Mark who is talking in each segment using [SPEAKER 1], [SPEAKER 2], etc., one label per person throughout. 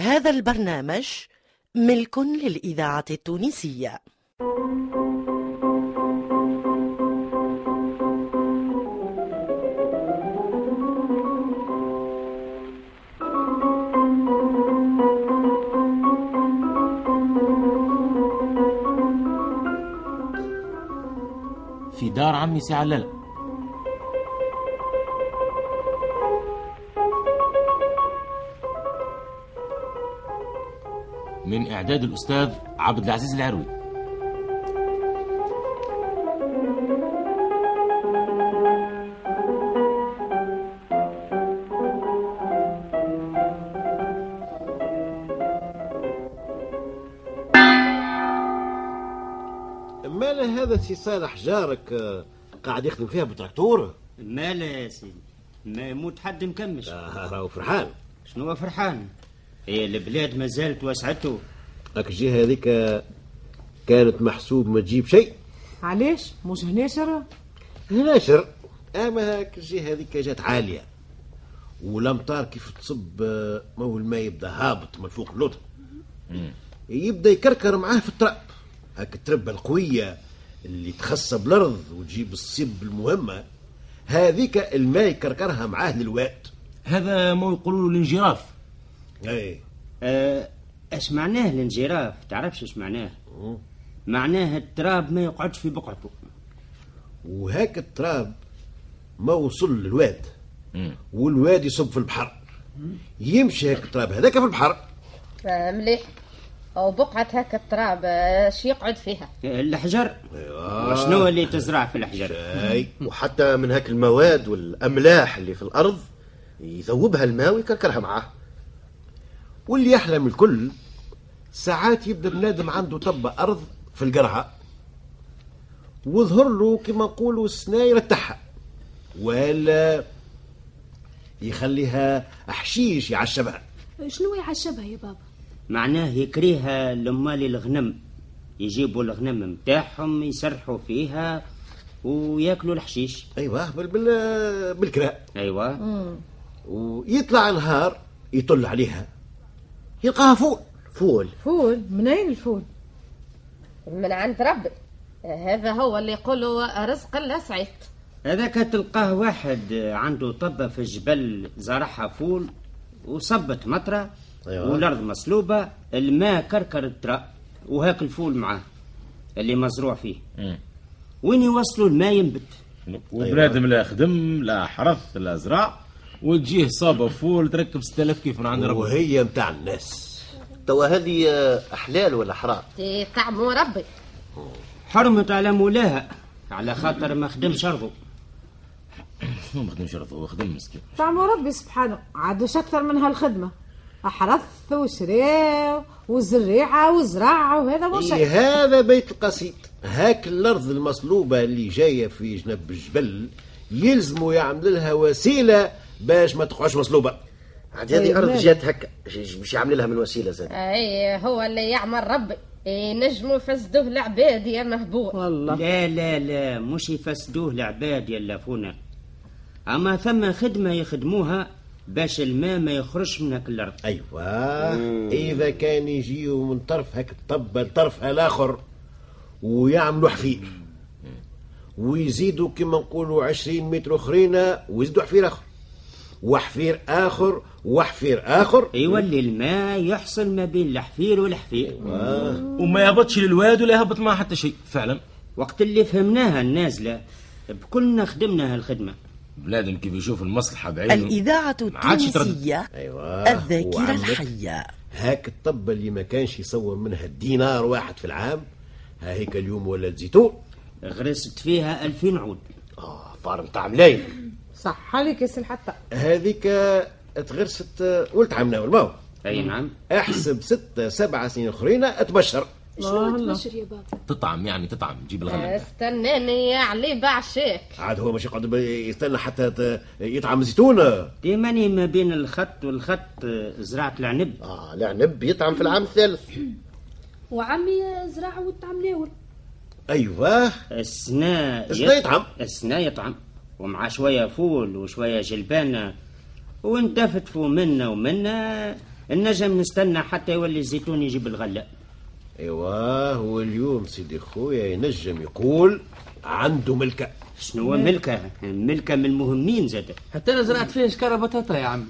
[SPEAKER 1] هذا البرنامج ملك للإذاعة التونسية
[SPEAKER 2] في دار عمي سي علالة من إعداد الأستاذ عبد العزيز العروي
[SPEAKER 3] مالا هذا سي صالح جارك آه، قاعد يخدم فيها بتراكتور
[SPEAKER 4] ما لا يا سيدي ما يموت حد مكمش
[SPEAKER 3] آه، راهو فرحان
[SPEAKER 4] شنو هو فرحان هي إيه، البلاد ما زالت وسعته
[SPEAKER 3] راك الجهه هذيك آه، كانت محسوب ما تجيب شيء
[SPEAKER 5] علاش مش هنا شرى
[SPEAKER 3] ناشر اما هاك الجهه هذيك جات عاليه والامطار كيف تصب آه، ما هو الماء يبدا هابط من فوق اللوطه يبدا يكركر معاه في التراب هاك التربه القويه اللي تخص بالارض وتجيب الصب المهمه هذيك الماء يكركرها معاه للواد
[SPEAKER 2] هذا ما يقولوا له الانجراف
[SPEAKER 3] اي
[SPEAKER 4] آه، اش معناه الانجراف تعرفش اش معناه معناه التراب ما يقعدش في بقعته
[SPEAKER 3] وهاك التراب ما وصل للواد
[SPEAKER 2] مم.
[SPEAKER 3] والواد يصب في البحر يمشي هاك التراب هذاك في البحر
[SPEAKER 6] آه، مليح او بقعة هكا التراب اش يقعد فيها
[SPEAKER 4] آه، الحجر وشنو اللي تزرع في الحجر
[SPEAKER 3] اي
[SPEAKER 7] وحتى من هاك المواد والاملاح اللي في الارض يذوبها الماء ويكركرها معاه
[SPEAKER 3] واللي يحلم الكل ساعات يبدا بنادم عنده طبة ارض في القرعه وظهر له كما نقولوا سنا يرتاحها ولا يخليها حشيش يعشبها
[SPEAKER 8] شنو يعشبها يا بابا
[SPEAKER 4] معناه يكريها لمال الغنم يجيبوا الغنم متاعهم يسرحوا فيها وياكلوا الحشيش
[SPEAKER 3] ايوه بال بال بالكراء
[SPEAKER 4] ايوه
[SPEAKER 3] ويطلع نهار يطل عليها يلقاها فوق
[SPEAKER 7] فول
[SPEAKER 5] فول منين الفول
[SPEAKER 6] من عند ربي آه، هذا هو اللي يقولوا آه، رزق الله سعيد
[SPEAKER 4] هذاك تلقاه واحد عنده طبة في الجبل زرعها فول وصبت مطرة
[SPEAKER 3] أيوة.
[SPEAKER 4] والأرض مسلوبة الماء كركر التراب وهاك الفول معاه اللي مزروع فيه وين يوصلوا الماء ينبت
[SPEAKER 2] وبنادم لا خدم لا حرث لا زرع وتجيه صابة فول تركب 6000 كيف من عند ربي
[SPEAKER 3] وهي متاع الناس
[SPEAKER 7] توا هذه آه، حلال ولا حرام
[SPEAKER 6] تي طعمه ربي
[SPEAKER 4] حرمت على مولاها على خاطر ما خدمش أرضه
[SPEAKER 2] ما خدمش رضو هو خدم مسكين
[SPEAKER 5] طعم ربي سبحانه عادش اكثر من هالخدمه احرث وشراء والزريعه والزراعه وهذا مش
[SPEAKER 3] إيه،
[SPEAKER 5] شيء
[SPEAKER 3] هذا بيت القصيد هاك الارض المصلوبه اللي جايه في جنب الجبل يلزموا يعمل لها وسيله باش ما تقعش مصلوبه
[SPEAKER 7] عاد هذه
[SPEAKER 5] أي
[SPEAKER 7] ارض
[SPEAKER 5] مال.
[SPEAKER 7] جات هكا ش- باش يعمل لها من وسيله زاد
[SPEAKER 6] اي آه، هو اللي يعمل ربي ينجموا يفسدوه العباد يا مهبول
[SPEAKER 5] والله
[SPEAKER 4] لا لا لا مش يفسدوه العباد يلفونا أما ثم خدمة يخدموها باش الماء ما يخرجش من هاك الأرض
[SPEAKER 3] ايوه اذا كان يجيو من طرف هاك الطبه لطرفها الاخر ويعملوا حفير ويزيدوا كما نقولوا 20 متر اخرين ويزيدوا حفير اخر وحفير اخر وحفير اخر
[SPEAKER 4] يولي الماء يحصل ما بين الحفير والحفير
[SPEAKER 2] وما يهبطش للواد ولا يهبط معاه حتى شيء فعلا
[SPEAKER 4] وقت اللي فهمناها النازلة بكلنا خدمنا هالخدمة
[SPEAKER 2] بنادم كيف يشوف المصلحة بعينه
[SPEAKER 1] الإذاعة
[SPEAKER 2] ما عادش آه، يتردد.
[SPEAKER 1] التونسية
[SPEAKER 3] ايوه
[SPEAKER 1] الذاكرة
[SPEAKER 3] وعملت
[SPEAKER 1] الحية
[SPEAKER 3] هاك الطبة اللي ما كانش يصور منها دينار واحد في العام ها هيك اليوم ولا الزيتون
[SPEAKER 4] غرست فيها ألفين عود
[SPEAKER 7] اه فار متاع ملايين
[SPEAKER 5] صح عليك يا سي الحطة
[SPEAKER 3] هذيك آه، تغرست آه، ولد عمنا والماو
[SPEAKER 4] أي نعم
[SPEAKER 3] احسب ستة سبعة سنين اخرين تبشر
[SPEAKER 8] شنو تبشر يا بابا
[SPEAKER 2] تطعم يعني تطعم تجيب
[SPEAKER 6] آه،
[SPEAKER 2] الغنم
[SPEAKER 6] استناني يا علي بعشيك
[SPEAKER 3] عاد هو مش يقعد ب- يستنى حتى ت- يطعم زيتون
[SPEAKER 4] ديماني ما بين الخط والخط آه، زرعت العنب
[SPEAKER 7] اه العنب يطعم في العام الثالث
[SPEAKER 8] وعمي زراعه والطعم ناول
[SPEAKER 3] ايوه
[SPEAKER 4] السنا
[SPEAKER 3] شنو يطعم؟
[SPEAKER 4] السنا يطعم ومع شوية فول وشوية جلبانة وانتفتفوا منا ومنا النجم نستنى حتى يولي الزيتون يجيب الغلة
[SPEAKER 3] ايوه واليوم سيدي خويا ينجم يقول عنده ملكه
[SPEAKER 4] شنو هو ملكة ملكة من المهمين زاد
[SPEAKER 9] حتى انا زرعت فيه شكاره بطاطا يا عمي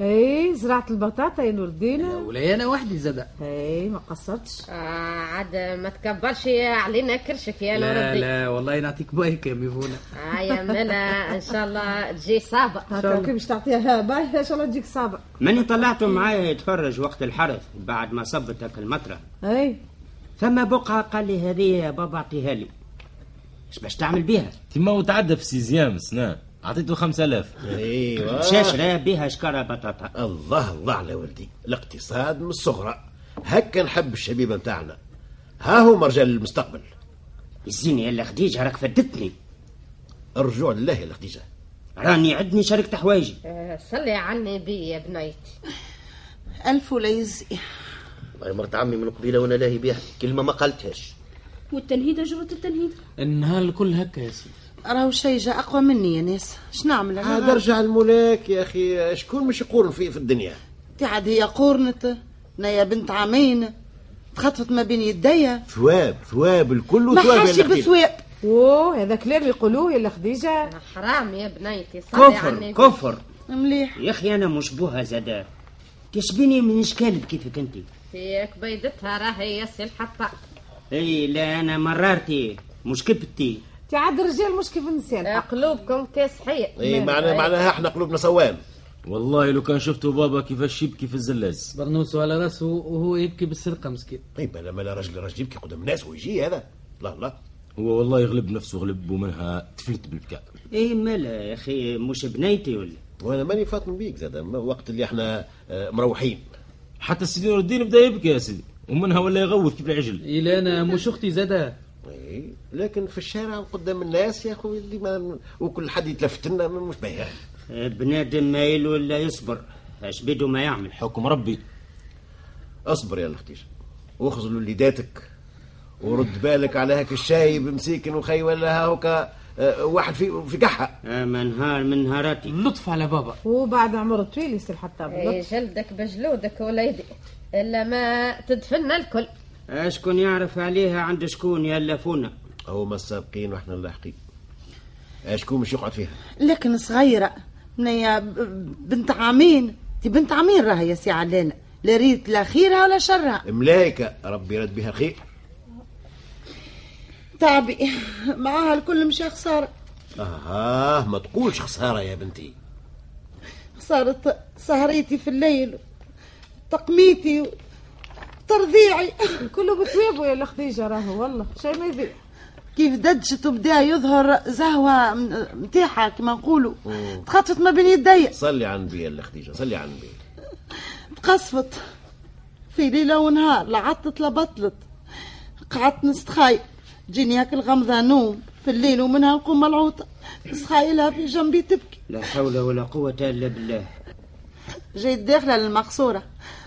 [SPEAKER 5] اي زرعت البطاطا يا نور الدين
[SPEAKER 9] ولا انا وحدي زاد
[SPEAKER 5] اي ما قصرتش
[SPEAKER 6] آه عاد ما تكبرش علينا كرشك يا نور
[SPEAKER 9] لا
[SPEAKER 6] الدين
[SPEAKER 9] لا والله نعطيك بايك يا ميفونا
[SPEAKER 6] آه يا ملا ان شاء الله تجي صابة
[SPEAKER 5] هاكا كي باش تعطيها باهي ان شاء الله تجيك صابر
[SPEAKER 4] ماني طلعته معايا يتفرج وقت الحرث بعد ما صبت هاك المطرة
[SPEAKER 5] اي
[SPEAKER 4] ثم بقعة قال لي هذه يا بابا اعطيها لي اش باش تعمل بيها؟
[SPEAKER 2] كيما هو تعدى في سيزيام سنة عطيته 5000
[SPEAKER 3] ايوه
[SPEAKER 4] مشى شرا بيها شكارة بطاطا
[SPEAKER 3] الله الله على ولدي الاقتصاد من الصغرى هكا نحب الشبيبه نتاعنا ها هو رجال المستقبل
[SPEAKER 4] الزين يا خديجة راك فدتني
[SPEAKER 3] الرجوع لله يا خديجه
[SPEAKER 4] راني عدني شاركت حوايجي
[SPEAKER 6] آه صلي على النبي يا بنيتي
[SPEAKER 10] ألف ولا يزي
[SPEAKER 7] والله طيب، مرت عمي من قبيله وانا لاهي بيها كلمه ما قالتهاش
[SPEAKER 8] والتنهيدة جرة التنهيد
[SPEAKER 9] النهار الكل هكا يا سيدي
[SPEAKER 10] راهو شي جا أقوى مني يا ناس شنعمل أنا؟
[SPEAKER 3] عاد ارجع الملاك يا اخي شكون مش يقول فيه في الدنيا
[SPEAKER 10] قاعد هي قورنت أنا يا بنت عامين تخطفت ما بين يديا
[SPEAKER 3] ثواب ثواب الكل
[SPEAKER 10] ما
[SPEAKER 3] ثواب
[SPEAKER 10] حاشي
[SPEAKER 3] يا خديجه
[SPEAKER 10] بثواب
[SPEAKER 5] اوه هذا كلام يقولوه يا الخديجه
[SPEAKER 6] حرام يا بنيتي صلي على
[SPEAKER 4] كفر
[SPEAKER 6] النبي
[SPEAKER 4] كفر
[SPEAKER 10] مليح
[SPEAKER 4] يا اخي انا مشبوهة زاد تشبيني من اشكال كيفك انت
[SPEAKER 6] فيك بيدتها راهي ياسي الحطة
[SPEAKER 4] اي لا انا مرارتي مش كبتي
[SPEAKER 5] تي عاد الرجال مش كيف
[SPEAKER 6] آه،
[SPEAKER 5] النساء
[SPEAKER 6] قلوبكم كاسحية
[SPEAKER 3] اي معناها معناها احنا قلوبنا سوام
[SPEAKER 2] والله لو كان شفتوا بابا كيفاش يبكي في الزلاز
[SPEAKER 9] برنوسه على راسه وهو يبكي بالسرقه مسكين
[SPEAKER 3] اي بلا ملا راجل راجل يبكي قدام الناس ويجي هذا لا لا
[SPEAKER 2] هو والله يغلب نفسه غلب ومنها تفلت بالبكاء
[SPEAKER 4] اي مالا يا اخي مش بنيتي ولا
[SPEAKER 3] وانا ماني فاطم بيك زاد أما وقت اللي احنا آه، مروحين
[SPEAKER 2] حتى السيدي نور الدين بدا يبكي يا سيدي ومنها ولا يغوث كيف العجل
[SPEAKER 9] إلا انا مش اختي زاد
[SPEAKER 3] إي، لكن في الشارع قدام الناس يا اخوي اللي ما وكل حد يتلفت لنا ما- مش باهي
[SPEAKER 4] بنادم مايل ولا يصبر اش بيدو ما يعمل
[SPEAKER 2] حكم ربي
[SPEAKER 3] اصبر يا الختيش واخذ وليداتك ورد بالك على هاك الشاي بمسيكن وخي ولا هاكا آه، واحد في في كحه
[SPEAKER 4] اما نهار من نهاراتي
[SPEAKER 9] اللطف على بابا
[SPEAKER 5] وبعد عمر طويل يصير حتى
[SPEAKER 6] إيه،
[SPEAKER 5] بالله
[SPEAKER 6] جلدك بجلودك وليدي الا ما تدفنا الكل
[SPEAKER 4] اشكون يعرف عليها عند شكون يلفونا
[SPEAKER 3] هما السابقين واحنا اللاحقين اشكون مش يقعد فيها
[SPEAKER 10] لكن صغيرة أنا يا ب- بنت عامين تي بنت عامين راها يا سي علانة لا ريت لا خيرها ولا شرها
[SPEAKER 3] ملايكه ربي رد بها الخير
[SPEAKER 10] تعبي معاها الكل مش خسارة
[SPEAKER 3] اها آه، ما تقولش خساره يا بنتي
[SPEAKER 10] خسارة سهريتي في الليل تقميتي ترضيعي
[SPEAKER 5] كله بثوابه يا الخديجه راهو والله شي ما يبيع
[SPEAKER 10] كيف دجت وبدا يظهر زهوة م- متاحة كما نقولوا تخطفت ما بين يدي
[SPEAKER 3] صلي على النبي يا الخديجه صلي على النبي
[SPEAKER 10] تقصفت في ليلة ونهار لا عطلت لا بطلت قعدت نستخاي جيني هاك الغمضة نوم في الليل ومنها نقوم ملعوطة نستخايلها في جنبي تبكي
[SPEAKER 4] لا حول ولا قوة الا بالله
[SPEAKER 10] جيت داخلة للمقصورة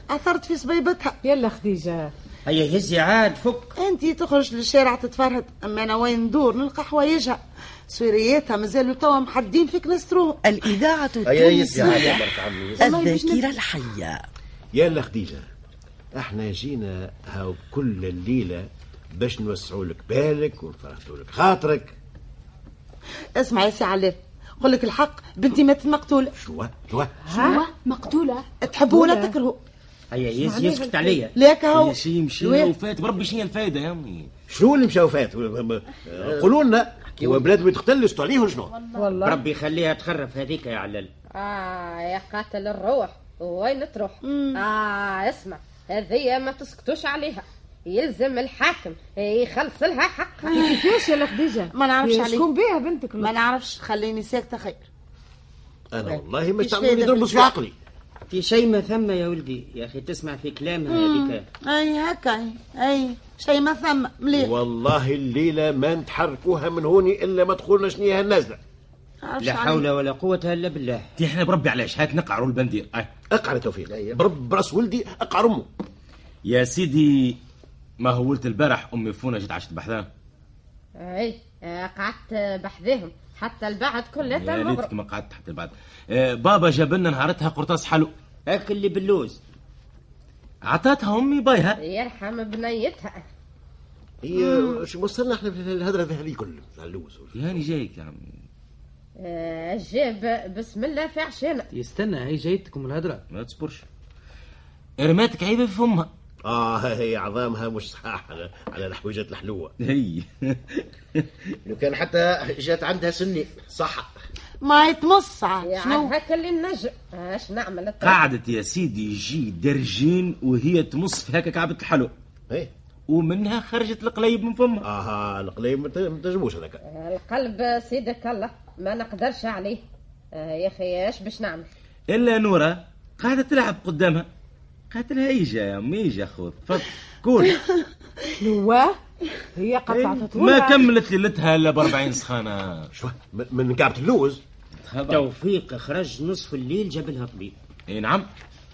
[SPEAKER 10] عثرت في صبيبتها
[SPEAKER 5] يا الخديجه
[SPEAKER 4] هيا هزي عاد فك
[SPEAKER 10] انت تخرج للشارع تتفرهد اما انا وين ندور نلقى حوايجها سورياتها مازالوا توا محدين في كنستروهم
[SPEAKER 1] الإذاعة
[SPEAKER 7] هيا يزي
[SPEAKER 1] التونسية
[SPEAKER 7] على مرت عمي
[SPEAKER 1] الذاكرة الحية
[SPEAKER 3] يا الخديجه احنا جينا هاو كل الليله باش نوسعوا لك بالك ونفرحتوا لك خاطرك
[SPEAKER 10] اسمع يا سي علاء قول لك الحق بنتي ماتت مقتوله
[SPEAKER 3] شو شو
[SPEAKER 8] شنو مقتولة
[SPEAKER 10] تحبوا ولا تكرهوا
[SPEAKER 4] هيا هزي يسكت عليا
[SPEAKER 10] ليك هو
[SPEAKER 2] يا شي يمشي
[SPEAKER 10] الواحد-
[SPEAKER 2] وفات بربي شنو هي الفايده يا امي
[SPEAKER 3] شنو اللي مشاو فات قولوا لنا هو بلاد ما تختلسوا عليه ولا شنو
[SPEAKER 5] والله
[SPEAKER 4] ربي خليها تخرف هذيك يا علل
[SPEAKER 6] آه يا قاتل الروح وين تروح آه اسمع هذه ما تسكتوش عليها يلزم الحاكم يخلص لها حقها
[SPEAKER 5] كيفاش يا الخديجه
[SPEAKER 10] ما نعرفش عليك.
[SPEAKER 5] شكون بيها بنتك
[SPEAKER 10] ما نعرفش خليني ساكته خير
[SPEAKER 3] انا والله ما
[SPEAKER 10] إيش
[SPEAKER 3] تعملوني
[SPEAKER 10] فايدة
[SPEAKER 3] دربس في
[SPEAKER 10] بالفعل؟
[SPEAKER 3] عقلي
[SPEAKER 4] في شيء ما ثم يا ولدي يا اخي تسمع في كلامها هذيك
[SPEAKER 10] اي هكا اي شيء ما ثم مليح
[SPEAKER 3] والله الليله ما نتحركوها من هوني الا ما تقولنا شنو هي النازله
[SPEAKER 10] نعرفش
[SPEAKER 4] لا
[SPEAKER 10] عليك.
[SPEAKER 4] حول ولا قوة الا بالله
[SPEAKER 2] تي احنا بربي على شحات نقعروا البندير أي.
[SPEAKER 3] اقعر يا
[SPEAKER 7] أيوه.
[SPEAKER 3] توفيق برب براس ولدي اقعر امه
[SPEAKER 2] يا سيدي ما هولت البارح امي فونا جت عشت بحذان
[SPEAKER 6] اي آه، قعدت بحذهم حتى البعد كلها
[SPEAKER 2] يا ريتك
[SPEAKER 6] مبروك
[SPEAKER 2] ما قعدت حتى بعد آه، بابا جاب لنا نهارتها قرطاس حلو
[SPEAKER 4] اكل اللي باللوز
[SPEAKER 9] عطاتها امي بايها
[SPEAKER 6] يرحم بنيتها
[SPEAKER 3] هي شو وصلنا احنا في الهدره هذه كل تاع آه. اللوز
[SPEAKER 2] هاني جايك يا عمي
[SPEAKER 6] آه، جاب بسم الله في عشانه
[SPEAKER 9] يستنى هي جايتكم الهدره
[SPEAKER 2] ما تصبرش رماتك عيبه في فمها
[SPEAKER 3] اه هي عظامها مش صحاح على, على الحويجات الحلوه
[SPEAKER 2] هي
[SPEAKER 7] لو كان حتى جات عندها سني صح
[SPEAKER 10] ما يتمص عاد. شنو
[SPEAKER 6] يعني هكا اللي نجم اش نعمل
[SPEAKER 2] قعدت يا سيدي يجي درجين وهي تمص في هكا كعبة الحلو
[SPEAKER 3] ايه
[SPEAKER 2] ومنها خرجت القليب من فمها
[SPEAKER 3] اها القليب آه، ما ت- ما تجموش هذاك
[SPEAKER 6] القلب سيدك الله ما نقدرش عليه آه، يا اخي اش باش نعمل
[SPEAKER 2] الا نورا قاعده تلعب قدامها قالت لها ايجا يا امي ايجا خذ تفضل كول
[SPEAKER 5] شنو هي قطعت
[SPEAKER 2] إيه، ما كملت ليلتها الا ب 40 سخانه
[SPEAKER 3] شو من- من كعبه اللوز
[SPEAKER 4] طيب.
[SPEAKER 2] تفضل.
[SPEAKER 4] توفيق خرج نصف الليل جاب لها طبيب
[SPEAKER 2] اي نعم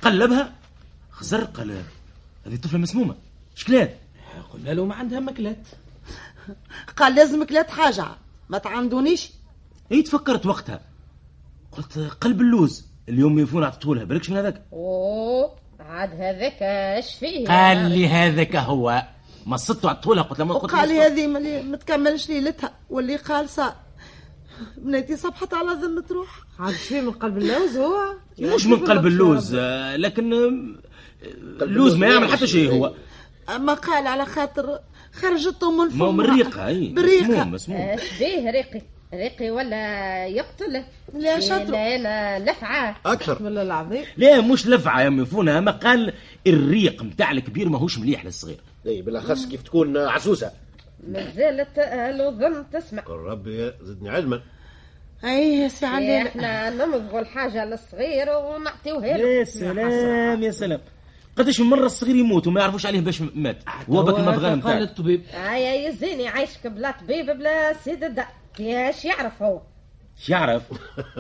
[SPEAKER 2] قلبها خزر قال هذه طفله مسمومه شكلها
[SPEAKER 9] قلنا له ما عندها ماكلات
[SPEAKER 10] قال لازمك لا تحاجع ما تعندونيش
[SPEAKER 2] اي إيه تفكرت وقتها قلت قلب اللوز اليوم يفون عطتهولها بالكش من هذاك
[SPEAKER 6] اوه عاد هذاك اش فيه
[SPEAKER 2] قال لي هذاك هو ما صدت عطتهولها قلت له ما قلت
[SPEAKER 10] وقال هذه ملي- ما تكملش ليلتها واللي قال صار بناتي صبحت على ذمة روح
[SPEAKER 5] عاد شوي من قلب اللوز هو
[SPEAKER 2] مش من قلب اللوز آه، لكن آم، اللوز ما يعمل حتى شيء هو
[SPEAKER 10] اما قال على خاطر خرجتهم من
[SPEAKER 2] ما هو من
[SPEAKER 10] فمها.
[SPEAKER 2] ريقها اي مسموم
[SPEAKER 10] بريقه
[SPEAKER 2] مسموم
[SPEAKER 6] اش بيه ريقي ريقي ولا يقتله
[SPEAKER 10] لا شطر
[SPEAKER 6] لا انا لفعه
[SPEAKER 3] اكثر
[SPEAKER 5] بالله العظيم
[SPEAKER 2] لا مش لفعه يا مفونة ما قال الريق نتاع الكبير ماهوش مليح للصغير
[SPEAKER 7] اي بالاخص إيه، كيف تكون عسوسه
[SPEAKER 6] مازالت الاذن تسمع
[SPEAKER 3] قل ربي زدني علما
[SPEAKER 10] اي يا سي علي
[SPEAKER 6] احنا نمضغوا الحاجه للصغير ونعطيوها له
[SPEAKER 2] يا سلام يا سلام قداش من مره الصغير يموت وما يعرفوش عليه باش مات آه، هو بك المبغى
[SPEAKER 9] قال
[SPEAKER 2] نتاعك
[SPEAKER 9] الطبيب
[SPEAKER 6] هيا يزيني عايشك بلا طبيب بلا سيد الدار كيفاش يعرف هو
[SPEAKER 2] يعرف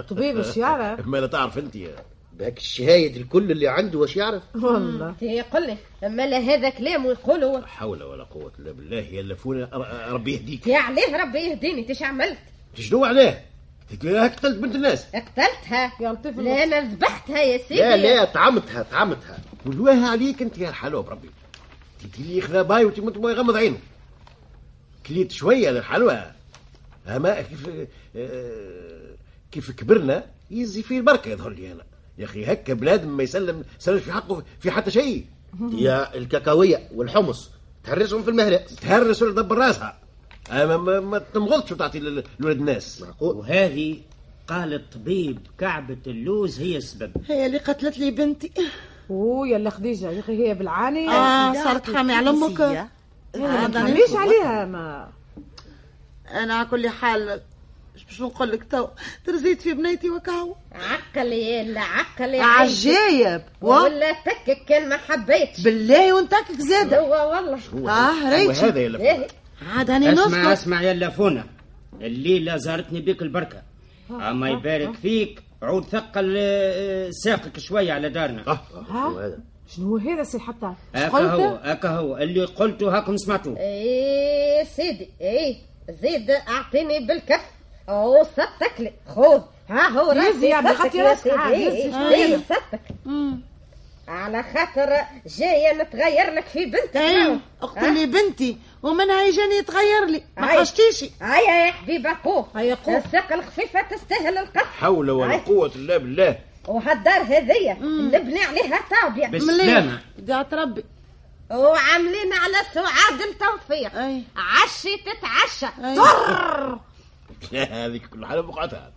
[SPEAKER 5] طبيب اش يعرف
[SPEAKER 3] ما لا تعرف انت يا
[SPEAKER 7] بهاك الشهايد الكل اللي عنده واش يعرف
[SPEAKER 5] والله
[SPEAKER 6] يقول لي اما لا هذا كلام ويقولوا
[SPEAKER 3] حول ولا قوه الا بالله يا لفونه أر- ربي يهديك
[SPEAKER 6] يا عليه ربي يهديني تش عملت
[SPEAKER 3] شنو عليه؟ هيك- هيك قتلت بنت الناس
[SPEAKER 6] قتلتها
[SPEAKER 5] يا لطيف
[SPEAKER 6] لا انا ذبحتها يا سيدي
[SPEAKER 7] لا لا طعمتها طعمتها
[SPEAKER 3] ولواه عليك انت يا الحلو بربي انت اللي يخذا باي وانت ما يغمض عينه كليت شويه للحلوى اما كيف آه، كيف كبرنا يزي فيه البركه يظهر لي انا يا اخي هكا بلاد ما يسلم سلمش في حقه في حتى شيء
[SPEAKER 7] يا الكاكاويه والحمص تهرسهم في المهرس
[SPEAKER 3] تهرس ولا تدبر راسها اما ما, ما تنغلطش وتعطي لولاد الناس
[SPEAKER 4] وهذه قال الطبيب كعبة اللوز هي السبب
[SPEAKER 10] هي اللي قتلت لي بنتي
[SPEAKER 5] اوه يا خديجه يا اخي هي بالعاني
[SPEAKER 10] اه صارت حامي على امك
[SPEAKER 5] ما تخليش عليها ما
[SPEAKER 10] انا على كل حال باش نقول لك تو ترزيت في بنيتي وكهو
[SPEAKER 6] عقل يا لا عقل يا عيشي.
[SPEAKER 10] عجايب و-
[SPEAKER 6] ولا تكك كان ما حبيتش
[SPEAKER 10] بالله وانتك زاد
[SPEAKER 6] هو والله
[SPEAKER 10] اه
[SPEAKER 3] وهذا
[SPEAKER 10] ريتش
[SPEAKER 3] يا لفونه
[SPEAKER 6] إيه،
[SPEAKER 10] عاد انا
[SPEAKER 4] اسمع
[SPEAKER 10] نسكت
[SPEAKER 4] اسمع يا اللافونة الليلة زارتني بيك البركة اما يبارك فيك عود ثقل آه، ساقك شوية على دارنا
[SPEAKER 3] اه
[SPEAKER 7] هذا؟
[SPEAKER 5] شنو هذا سي حتى اش
[SPEAKER 4] هكا هو
[SPEAKER 5] قلت
[SPEAKER 4] هكا هو اللي قلته هاكم سمعتوه
[SPEAKER 6] ايه سيدي ايه زيد اعطيني بالكف وصدتك لي خذ ها هو
[SPEAKER 5] يزي
[SPEAKER 6] راسي
[SPEAKER 5] يا عبد
[SPEAKER 6] صدتك
[SPEAKER 5] خطي
[SPEAKER 6] يا
[SPEAKER 5] راسك
[SPEAKER 6] سيدي.
[SPEAKER 5] عاد،
[SPEAKER 6] إيه،
[SPEAKER 5] يزي
[SPEAKER 6] إيه،
[SPEAKER 5] شوية.
[SPEAKER 6] إيه، صدتك على خاطر جايه نتغير لك في بنتك
[SPEAKER 10] اي
[SPEAKER 6] نعم.
[SPEAKER 10] اقتل لي بنتي ومنها يجاني يتغير لي ما
[SPEAKER 6] أي.
[SPEAKER 10] حشتيشي
[SPEAKER 6] هيا آه، يا حبيبه قوف
[SPEAKER 5] هيا قوف.
[SPEAKER 6] الثقه الخفيفه تستاهل القف
[SPEAKER 3] حول ولا
[SPEAKER 6] عايش.
[SPEAKER 3] قوه الا بالله
[SPEAKER 6] وهالدار هذيا نبني عليها تعبية
[SPEAKER 4] بالسلامة
[SPEAKER 10] قاعد ربي
[SPEAKER 6] وعاملين على سعاد التوفيق
[SPEAKER 10] اي
[SPEAKER 6] عشي تتعشى
[SPEAKER 10] أي.
[SPEAKER 3] هذيك كل حاجه بقعتها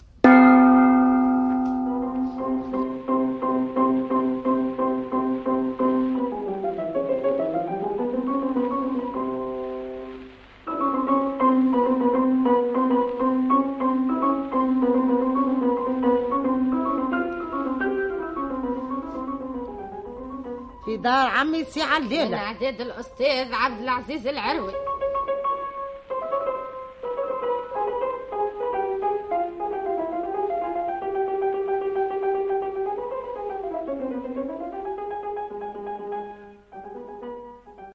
[SPEAKER 10] في دار عمي سي علي
[SPEAKER 6] من عديد الأستاذ عبد العزيز العروي